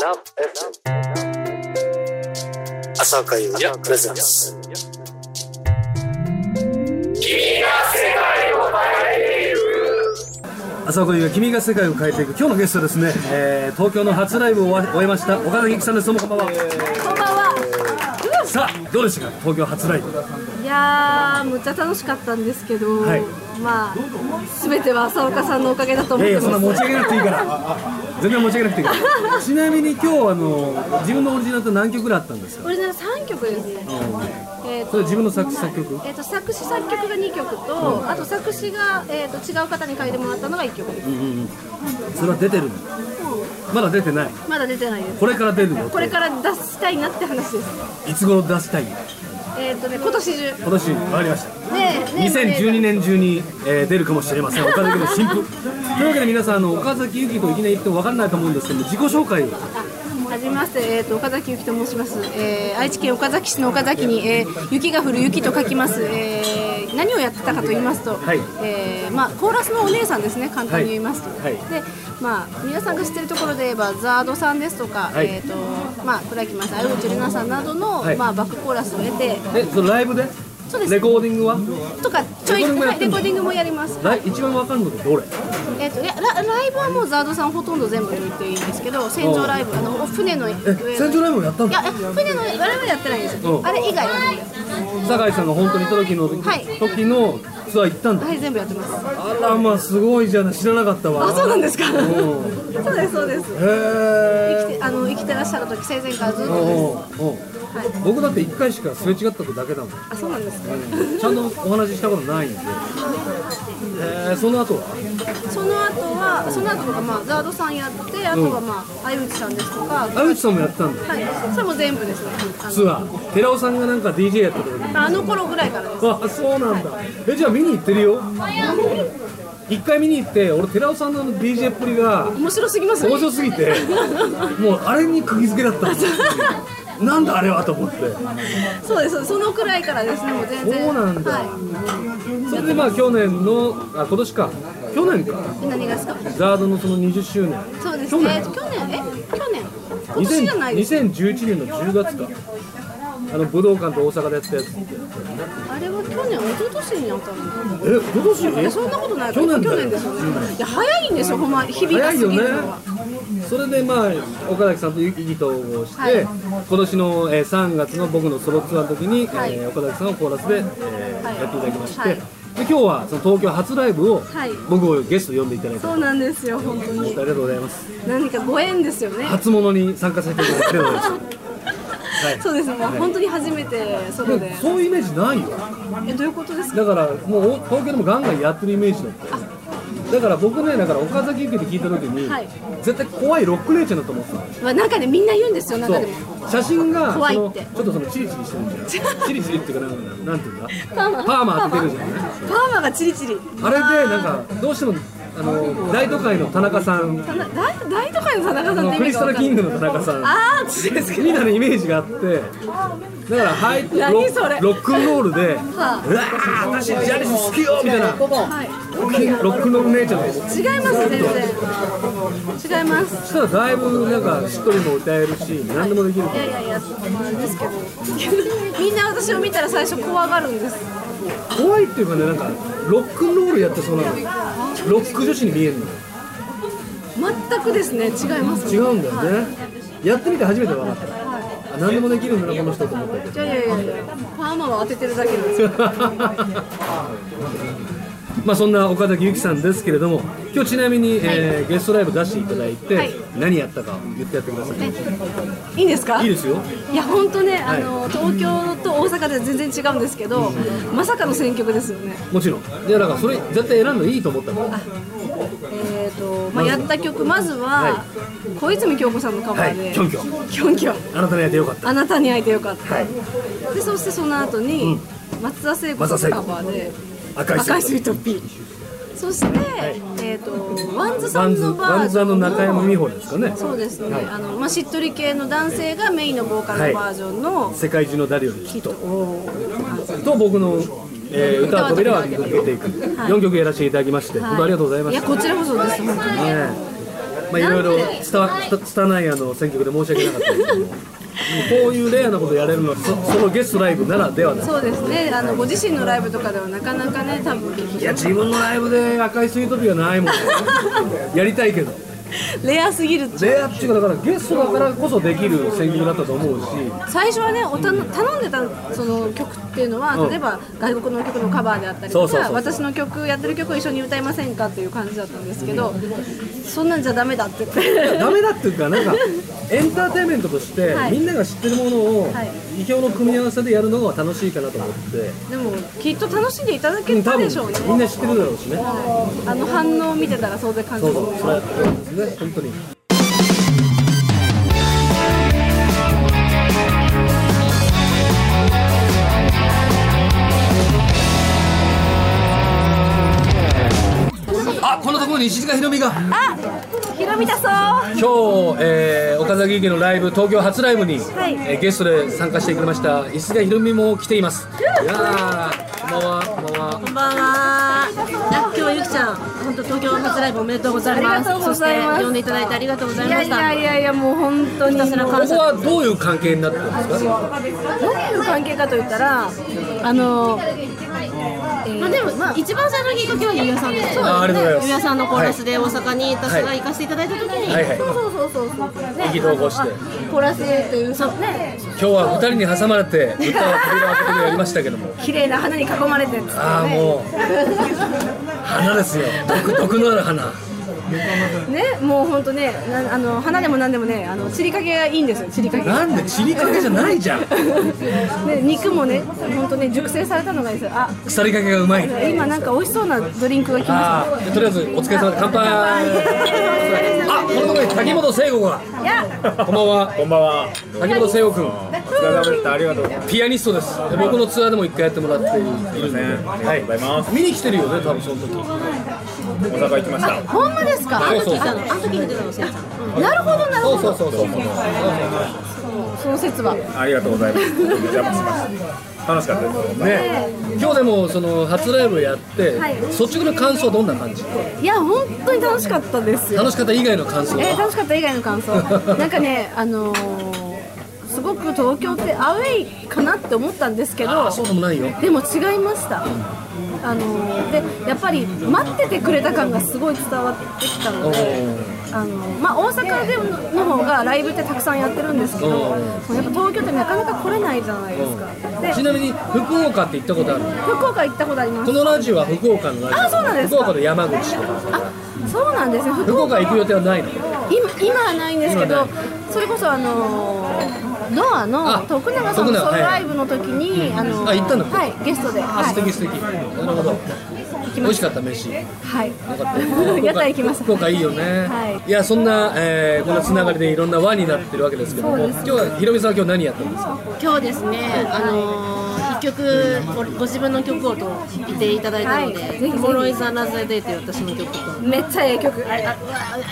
な、朝会を目指す。朝岡優が君が世界を変えていく今日のゲストですね、えー東京の初ライブを終わ終えました岡崎由紀さんですどうもこんばんは、こんばんは。さあどうでしたか東京初ライブいやー、むっちゃ楽しかったんですけど、はいまあ、すべては浅岡さんのおかげだいと思っやいてやます。そんな持ち上げなくていいから全然持ち上げなくていい からちなみに今日あの自分のオリジナルと何曲ぐらいあったんですかこれね、三曲ですね。えーとそれ自分の作詞作曲えーと作詞作曲が2曲と、あと作詞が、えー、と違う方に書いてもらったのが1曲です、それは出てるのまだ出てないまだ出てないですこれから出るのこれから出したいなって話ですいつ頃出したいのえっ、とね今年中今年わかりましたねえねえ2012年中に、えー出るかもしれません岡崎の新譜というわけで皆さんあの岡崎由紀といきなり言っても分かんないと思うんですけども自己紹介をはじめまして、えー、と岡崎ゆきと申します、えー愛知県岡崎市の岡崎に、えー雪が降る雪と書きます、えー何をやってたかと言いますと、はいえーまあ、コーラスのお姉さんですね簡単に言いますと、はいはいでまあ、皆さんが知ってるところで言えばザードさんですとか、はいえーとまあ、倉木正相内玲奈さんなどの、はいまあ、バックコーラスを得てえそのライブでそうですレコーディングはとかちょいレコーディングもやはっいてレんコのーディングもやります、ライ一番分かるのってどれえー、といやラライブはもうザードさんほとんど全部と言っていいんですけど船上ライブあの船の上のイブもやったいや、え船の、あれはやってないんですうよ。んあれ以外は。酒井さんが本当にいた時の、はい時のツアー行ったんだはい、全部やってます。あらまあすごいじゃない知らなかったあ、わそうなんですか。 そんうです、そうです。へえ生きて、あの、生きてらっしゃる時、生前からずっおとうです。おうおう僕だって1回しかすれ違っただけだもんあ、そうなんですか。ちゃんとお話ししたことないんで、えー、その後はその後は、その後は、まあ、ザードさんやって、あとは、まあ、相内さんですとか。はあ内さんもやってたんだい、それも全部ですね。あのツアー寺尾さんがなんか DJ やってた時にあの頃ぐらいからです。あそうなんだえじゃあ見に行ってるよ一回見に行って俺寺尾さんのあの DJ っぷりが面白すぎます。面白すぎてもうあれに釘付けだったのなんだあれはと思ってそうです。そのくらいからですね。もう全然。そうなんだはい。それでまあ去年のあ今年か去年かえ何がですか。ザードのその20周年そうです去ね。年去年、え、去年。今年じゃないです。 2011年の10月かあの武道館と大阪でやったやつえあれは去年、一昨年にあったの。今いや年そんなことない去年だよですよねいや早いんですよほんま日々が過早ぎいよねるのは、それでまあ岡崎さんと意義統合して、はい今年の、えー3月の僕のソロツアーの時に、はいえー岡崎さんをコーラスで、えーはいやっていただきまして、はいで今日はその東京初ライブを、はい僕をゲストに呼んでいただいてそうなんですよ本当ありにがとうございます何かご縁ですよね初物に参加させていただいてありがとうございますはいそうですもう本当に初めてソロででもそういうイメージないよえどういうことですかだからもう東京でもガンガンやってるイメージだっただから僕ねだから岡崎行きで聞いた時に、はい絶対怖いロック姉ちゃんだと思ってたのまあなんかねみんな言うんですよなんかでもそう写真がそ怖いのっちてょっとそのチリチリしてるじゃんチリチリっていうかなんなんていうんだパーマパーマ当ててるじゃんねパーマがチリチリあれでなんかどうしてもあの大都会の田中さん田中大大都会の田中さんって意ク味リスがタル分かんキないングの田中さんあーちですけみたいなイメージがあってだからはいロ何それロックンロールで「うわはー私ジャニス好きよ!」みたいなどはいロックンロール姉ちゃんです違います全然違いますそしたらだいぶなんかしっとりも歌えるし何でもできるいやいやいやまああれですけど みんな私を見たら最初怖がるんです怖いっていうかねなんかロックンロールやってそうなのロック女子に見えるの全くですね違います違うんだよねやってみて初めて分かったあ何でもできるんだなこの人と思ったけど いやいやいやいや、パーマは当ててるだけなんですよ。まあそんな岡崎由紀さんですけれども今日ちなみに、えーゲストライブ出していただいて、はい何やったかを言ってやってください、いいんですか。いいですよいや、本当ね、あの、東京と大阪では全然違うんですけど、まさかの選曲ですよね。もちろんいやだからそれ絶対選んのいいと思ったからえっ、と、まあ、やった曲、まずは、小泉今日子さんのカバはいーで。キョンキョンキョンキョンあなたにやってよかったあなたに会えてよかった。はいで、そして、その後に、松田聖子さんのカバーで。赤い赤いススイートピー。そして、えっ、と、ワンズさワンんズのバワーンジズョあンのの。中山美穂ですかねそうですね、あのまあ、しっとり系の男性がメインのボーカルのバージョンの世界中の誰よりヒット、と僕の、えー歌は扉を開けていく、四4曲やらせていただきまして、本当ありがとうございまいしやたこちらこそです本当にねまあいろいろなんで伝わ伝伝わないあの選曲で申し訳なかったですけどもこういうレアなことやれるのはそそのゲストライブならではだそうですねあのご自身のライブとかではなかなかね多分いや自分のライブで赤いスイートピーはないもん やりたいけどレアすぎるってレアっていうかだからゲストだからこそできる選曲だったと思うし最初はねおたの頼んでたその曲っていうのは、うん例えば外国の曲のカバーであったりとかそうそうそう私の曲やってる曲を一緒に歌いませんかっていう感じだったんですけど、そんなんじゃダメだって言 ってダメだっていうかなんかエンターテインメントとしてはいみんなが知ってるものをはい意表の組み合わせでやるのが楽しいかなと思ってでもきっと楽しんでいただうけん多た分でしょうね、みんな知ってるだろうしねはいあの反応を見てたらそうで感じそうるそうとそう思いまやっすてるんですね本当にあこんなところに石塚ひろみがあひろみだそうあ今日、えー岡崎駅のライブ東京初ライブに、はいえーゲストで参加してくれました石塚ひろみも来ていますいやーこんばんはこんばんはこんばんは。あ、今日ゆきちゃん、本当東京初ライブおめでとうございます。ありがとうございますそして呼んでいただいてありがとうございいまやしいた。やいやいやもう本当にひたすらこ感こ謝。はどういう関係になってるんですかどういう関係かといったらあのまあでも、まあ、一番最初のきっかけはゆうやさんですよね。あありがとうございますゆうやさんのコーラスで大阪に私が行かせていただいた時に、はいはいそうそうそうそうね意気投合してコラスっていうそうね今日は二人に挟まれて歌は扉を開けてやりましたけども綺麗な花に囲まれてですああもう花ですよ毒毒のある花ね、もう本当ね、なあの花でもなんでもね、あの散りかけがいいんですよ、散り かけ。なんでちりかけじゃないじゃんね、肉もね、本当ね、熟成されたのがいいですよ。あ、腐りかけがうまい今なんか美味しそうなドリンクが来まああとりあえずお疲れ様で乾杯あこのところに滝本聖子がした。いや、こんばんはこんばんは。滝本聖子君お疲れ様でした。ありがとうございます。ピアニストです僕のツアーでも一回やってもらっているんでありがとうございます。見に来てるよね多分その時大阪行きました。ほんまですか。そうそうあのあの時に出たのしんちゃん。なるほど、なるそうほそうど。そうそうその説は。ありがとうございます。お邪魔しました。楽しかったです。ね今日でもその初ライブやってはい率直な感想どんな感じいや、本当に楽しかったですよ。楽しかった以外の感想えはー楽しかった以外の感想。 なんかね、あのーすごく東京ってアウェイかなって思ったんですけど。あそうでもないよでも違いました。あのーでやっぱり待っててくれた感がすごい伝わってきたので、あのーまあ、大阪での方がライブってたくさんやってるんですけど、おやうっぱ東京ってなかなか来れないじゃないですか。でちなみに福岡って行ったことある福岡行ったことありまこす。のラジオは福岡のラジオあそうなんですか福岡の山口とかあそうなんですね。福福岡行く予定はないの今今はないんですけ今はどなそれこそあのードアあの徳永さん徳の永ソロはいライブの時に、あのーあ行ったんだはいゲストで、あは素い敵素敵なるほど美味しかった 飯よはい、かった屋台行きました福岡いいよね、、はいやそんな、えーこのつながりでいろんな輪になってるわけですけども、そうです今日はひろみさんは今日何やったんです か今日ですね、あのー一曲ごご自分の曲をと言っていただいたので、はいぜひぜトひゥモロイザナザデイという私の曲と、めっちゃええ曲ああ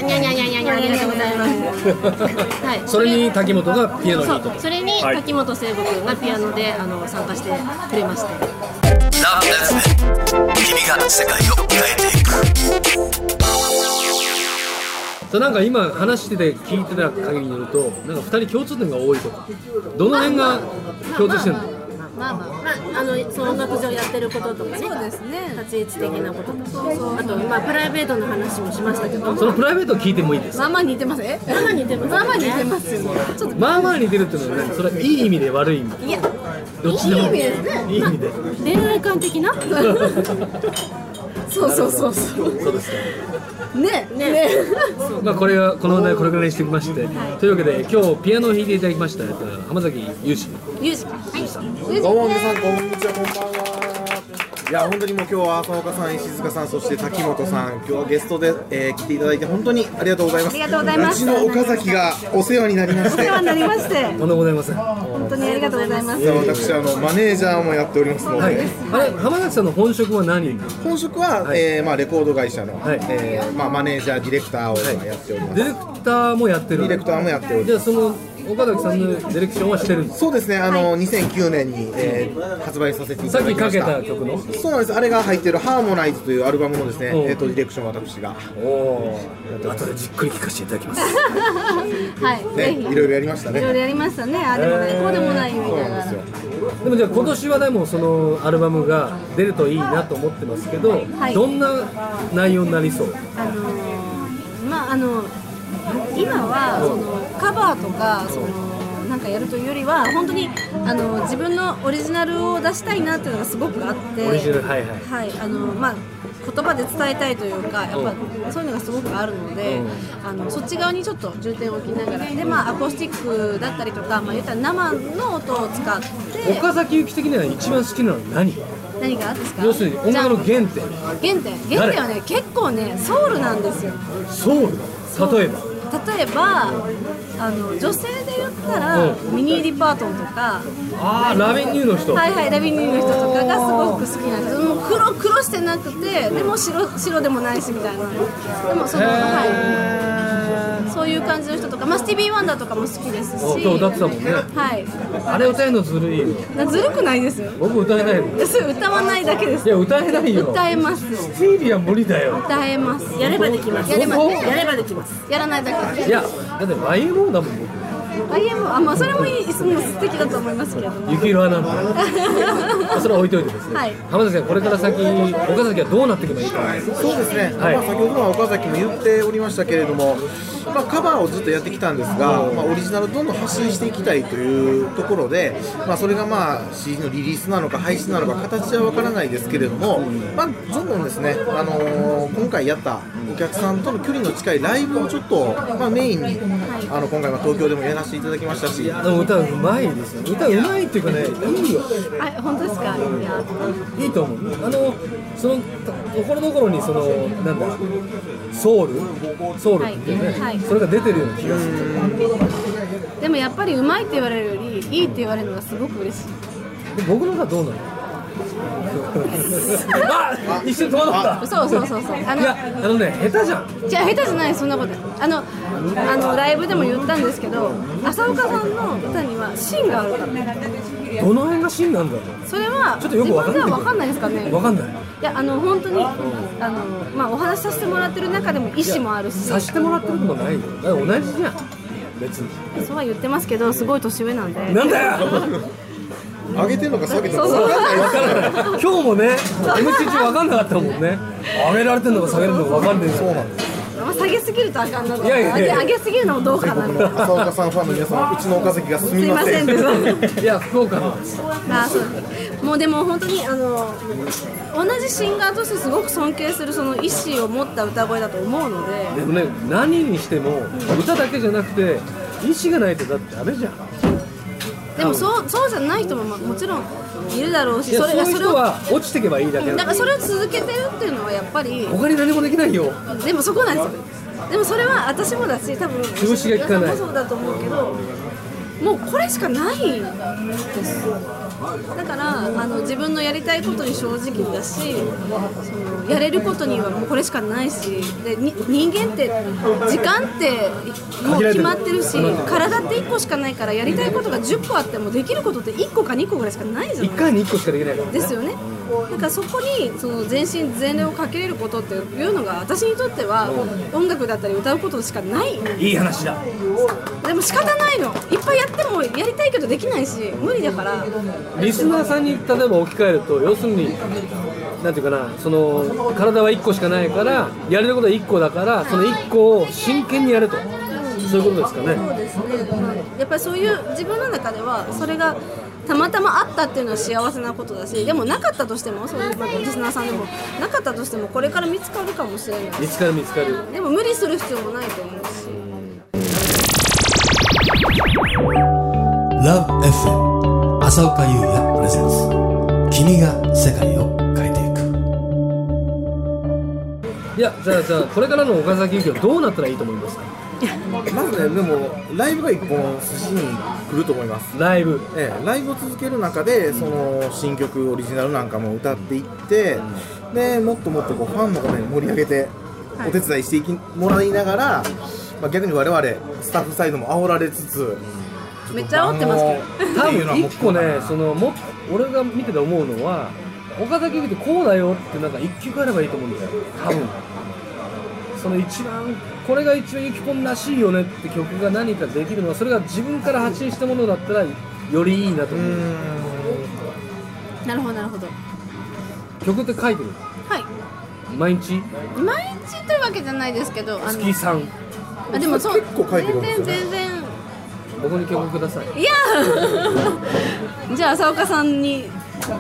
あにゃにゃにゃにゃにゃありがとうございます。はいそれに滝本がピアノにそう、それに滝本聖子君がピアノであの参加してくれまして。ラブですね君が世界を変えていくそうなんか今話してて聞いてた限りによるとなんか二人共通点が多いとかどの辺が共通してるの、まあまあ、まあ、あの、その音楽上やってることとかね。そうですね立ち位置的なこととか、あと、まあ、プライベートの話もしましたけど。そのプライベートを聞いてもいいですまあまあ似てますえママにでも、ママにでも。ますよねちょっまあまあ似てるっていうのはねそれはいい意味で悪い意味といやどっちでもいい意味ですいい意味で恋愛観的な。そうそうそうそうそうですかねねまあこれはこの話題はこれぐらいにしてきまして、というわけで今日ピアノを弾いていただきましたえっと浜崎雄志ゆうじはいさんどうも皆さん、こんにちは、こんばんは。いや、本当にもう今日は浅岡さん、石塚さん、そして滝本さん、今日はゲストで、えー来ていただいて本当にありがとうございます。ありがとうございますうちの岡崎がお世話になりましお 世て。話になりましてとんでもございませんは本当にありがとうございます実は私あのマネージャーもやっておりますので、いあれ浜崎さんの本職は何なの本職は、はいえーまあ、レコード会社の、はいえーまあ、マネージャーディレクターを今やっております、ディレクターもやってるディレクターもやっておりじまゃあその岡崎さんのディレクションはしてるんですそうですね、あの、2009年に、えー発売させていさたっだききまかしけたた。曲のそうなんです、あれが入ってるハーモナイズというアルバムのですね、うんえっと、ディレクションを私が、おお後でじっくり聴かせていただきますはい、ね、ぜひ。いろいろやりましたいろいろね。やりましたね。あでもない、こうでもないみそうたいなんですよな。。でもじゃあ今年はでもそのアルバムが出るといいなと思ってますけど、はいどんな内容になりそうあのーまああの今はそのカバーとかそのなんかやるというよりは本当にあの自分のオリジナルを出したいなっていうのがすごくあってオリジナルはいはいはいあのまあ言葉で伝えたいというかやっぱそういうのがすごくあるのでうんあのそっち側にちょっと重点を置きながらでまあアコースティックだったりとかまあ言ったら生の音を使って岡崎由紀的には一番好きなのは何何があるんですか要するに音楽の原点原点原点はね結構ねソウルなんですよソウル例えば例えばあの女性で言ったらうミニー・リパートンとかああラベニューの人、はいはいラビニーの人とかがすごく好きなんですもう黒黒してなくてでも白白でもないしみたいなでもその、はへい、そういう感じの人とか、まあ、スティービー・ワンダーとかも好きですしー今日歌ってたもんねはいあれ歌えるのずるいよなずるくないですよ僕歌えないもんいそれ歌わないだけですや歌えないよ歌えますスティービーは無理だよ歌えますやればできます。やればやればできます。やらないだけいやだって YMO だもん僕 IM あまあそれもいいすごい素敵だと思いますけれど も雪色アナなんてそれは置いといてですね、はい浜崎さんこれから先岡崎はどうなっていけばいいかそうですね、はいまあ、先ほどは岡崎も言っておりましたけれども、まあ、カバーをずっとやってきたんですが、まあ、オリジナルをどんどん発信していきたいというところで、まあ、それがまあ CD のリリースなのか配信なのか形は分からないですけれども、まあ、どんどんですね、あのー今回やったお客さんとの距離の近いライブをちょっと、まあ、メインにあの今回は東京でもやらせていただきましたし。でも歌うまいですよ歌うまいっていうかねいいよあ本当ですかいやいいと思うあのそのところどころにそのなんだソウルソウルっていうね、はいはいそれが出てるような気がするでもやっぱりうまいって言われるよりいいって言われるのがすごく嬉しいで僕のがどうなの あ一瞬戸惑ったそうそうそうそうあいのやあのね下手じゃんじゃ下手じゃないそんなことあのあのライブでも言ったんですけど浅岡さんの歌には芯があるからどの辺が芯なんだろうそれはちょっとよくわかんない自分では分かんないですかねわかんないいやあの本当にあの、まあ、お話しさせてもらってる中でも意思もあるしさしてもらってることもないよだから同じじゃん別にそうは言ってますけどすごい年上なんでなんだよ上げてるのか下げてるそのうかそう分かんないわからない今日もね MT 中わかんなかったもんね上げられてるのか下げるのかわかんないそうなんですまあ下げすぎるとあかんなといやいやいや上げ上げすぎるのもどうかなみたいな浅岡さんファンの皆さん、うちの岡崎がすみすいまませせんん。でしたいや福岡なんですあそうもうでも本当にあの同じシンガーとしてすごく尊敬するその意思を持った歌声だと思うのででもね何にしても歌だけじゃなくて意志がないとだってダメじゃんでもそうそうじゃない人もまもちろんいるだろういしやそそうれがいうそれ人をは落ちてけばいいだけだだからそれを続けてるっていうのはやっぱり他に何もできないよでもそこなんですよでもそれは私もだし多分潰しが効かない皆さんもそうだと思うけどもうこれしかないですだからあの自分のやりたいことに正直だしそのやれることにはもうこれしかないしでに人間って時間ってもう決まってるし体って1個しかないからやりたいことが10個あってもできることって1個か2個ぐらいしかないじゃない一回に一個しかできないからですよね。なんかそこにその全身全霊をかけれることっていうのが私にとっては音楽だったり歌うことしかないいい話だでも仕方ないのいっぱいやってもやりたいけどできないし無理だからリスナーさんに例えば置き換えると要するになんていうかなその体は1個しかないからやれることは1個だからその1個を真剣にやるとそういうことですかねそうですね、やっぱりそういう自分の中ではそれがたまたまあったっていうのは幸せなことだしでもなかったとしてもそういうまあリスナーさんでもなかったとしてもこれから見つかるかもしれない見つかる見つかるでも無理する必要もないと思うし。 LoveFM 浅岡優也プレゼンツ君が世界を変えていくいやじゃあじゃあこれからの岡崎由紀はどうなったらいいと思いますかまずね、でも、ライブが一本筋に来ると思います。ライブええ、ライブを続ける中で、その新曲、オリジナルなんかも歌っていって、でもっともっとこうファンの方に盛り上げて、お手伝いしていきもらいながら、まあ、逆に我々、スタッフサイドも煽られつつ、めっちゃ煽ってますけど多分一個ねそのも俺が見てて思うのは岡崎ってこうだよってなんか一曲あればいいと思うんだよ多分その一番これが一番ゆきぽんらしいよねって曲が何かできるのはそれが自分から発信したものだったらよりいいなと思う、なるほどなるほど曲って書いてるはい毎日毎日というわけじゃないですけどあ月さんあでもそう結構書いてくるんですよね全然全然僕に曲くださいいや じゃあ浅岡さんに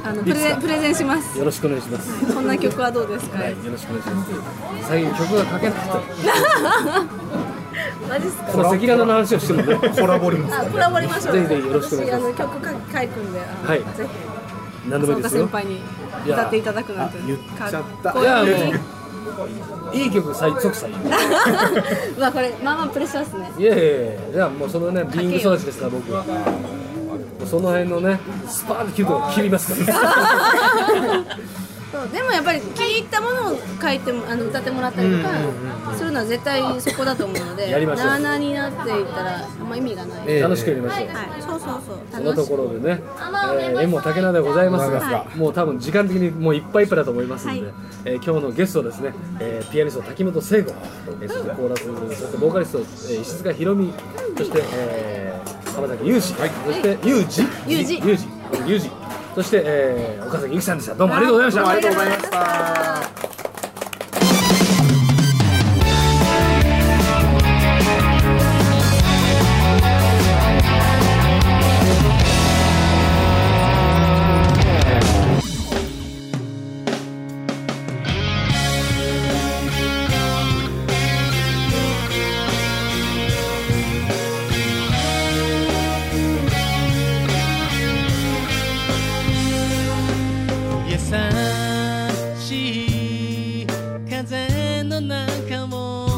あのプレいいでゼすンかプレゼンしますよろしくお願いしますこんな曲はどうですかはいよろしくお願いします最近曲が書けなくてマジっすかその赤裸々の話をしてもねコラボりますあコラボりましょうぜひぜひよろしくお願いします私あの曲書書くんであのはいぜ何ひでも浅いいです岡先よ輩に歌っていただくなんて言っちゃっかったこいいいやもいい曲最速最い うわこれまあまあプレッシャーですねやいやいやじゃあもうそのねビーイング育ちですから僕はもうその辺のねスパーンと曲を切りますから そう でもやっぱり気に入ったものを書いてもあの歌ってもらったりとかするのは絶対そこだと思うのでやりましょうなあなあになっていったらあんま意味がない、ええ楽しくやりましょう、はい、そうそうそうその楽としこいろでね、えー、縁も竹菜でございますが、ございますもう多分時間的にもういっぱいいっぱいだと思いますので、はいえー今日のゲストはですね、えーピアニスト滝本聖子、えーそしてコーラスそしてボーカリスト、えー石塚ひろみ、そして、えー、浜崎裕二、そして裕二、裕二裕二、裕二、そして、えー、岡崎由紀さんでした。どうもありがとうございました。とうございました優しい風の中を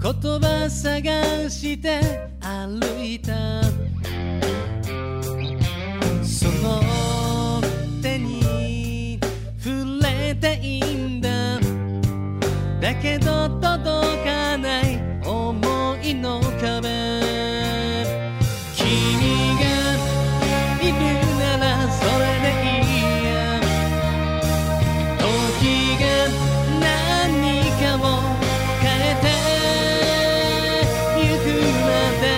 言葉探して歩いたその手に触れていいんだだけど届かない思いの壁君がいるならそれでいいや時が何かを変えてゆくまで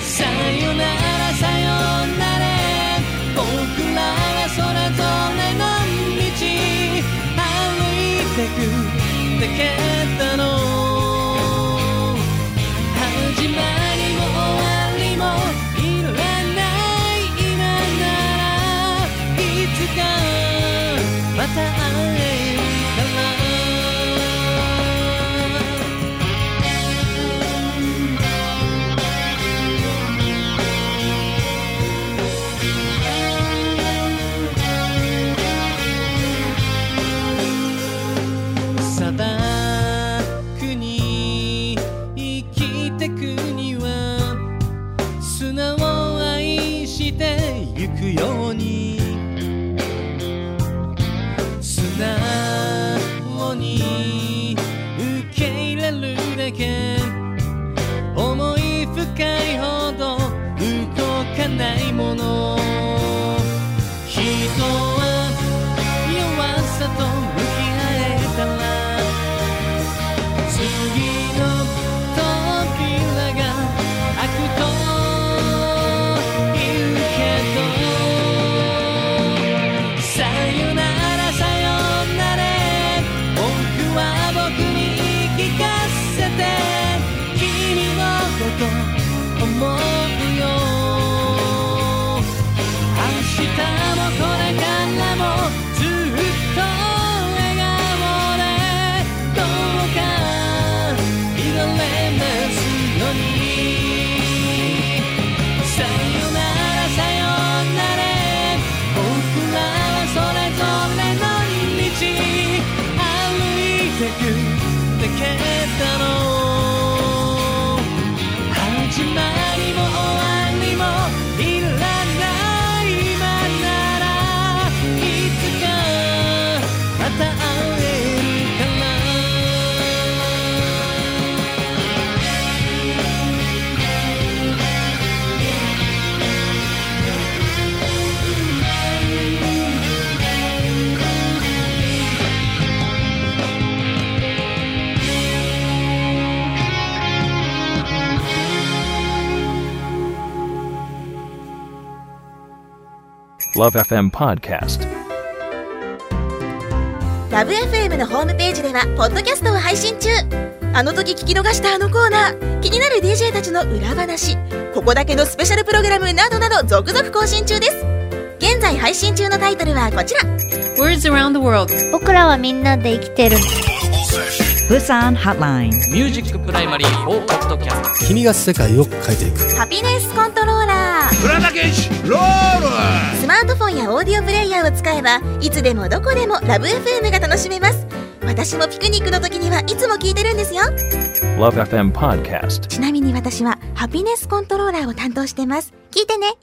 さよならさよなら僕らはそれぞれの道歩いてくだけだろう始まりも終わりもいらない今ならいつかまた会えたら砂漠に生きてくには砂を愛してゆくように素直に受け入れるだけ思い深いほど動かないもの人は弱さと向き合えたら次の扉が開くと言うけどさよならさよなら僕は僕に聞かせて君のこと思うよ明日もこれからもずっと笑顔でどうかいられますようにさよならさよなら僕らはそれぞれの道歩いてくだけだろう始まりも終わ Love FM Podcast. ラブ f m のホームページではポッドキャストを配信中あの時聞き逃したあのコーナー気になる DJ たちの裏話ここだけのスペシャルプログラムなどなど続々更新中です現在配信中のタイトルはこちら Words around the world 僕らはみんなで生きてる Busan Hotline ミュージックプライマリー4ポッドキャス君が世界を変えていくハピネスコントローラーラダケンシロールスマートフォンやオーディオプレイヤーを使えばいつでもどこでもラブ f m が楽しめます私もピクニックの時にはいつも聞いてるんですよ Love FM Podcast. ちなみに私はハピネスコントローラーを担当してます聞いてね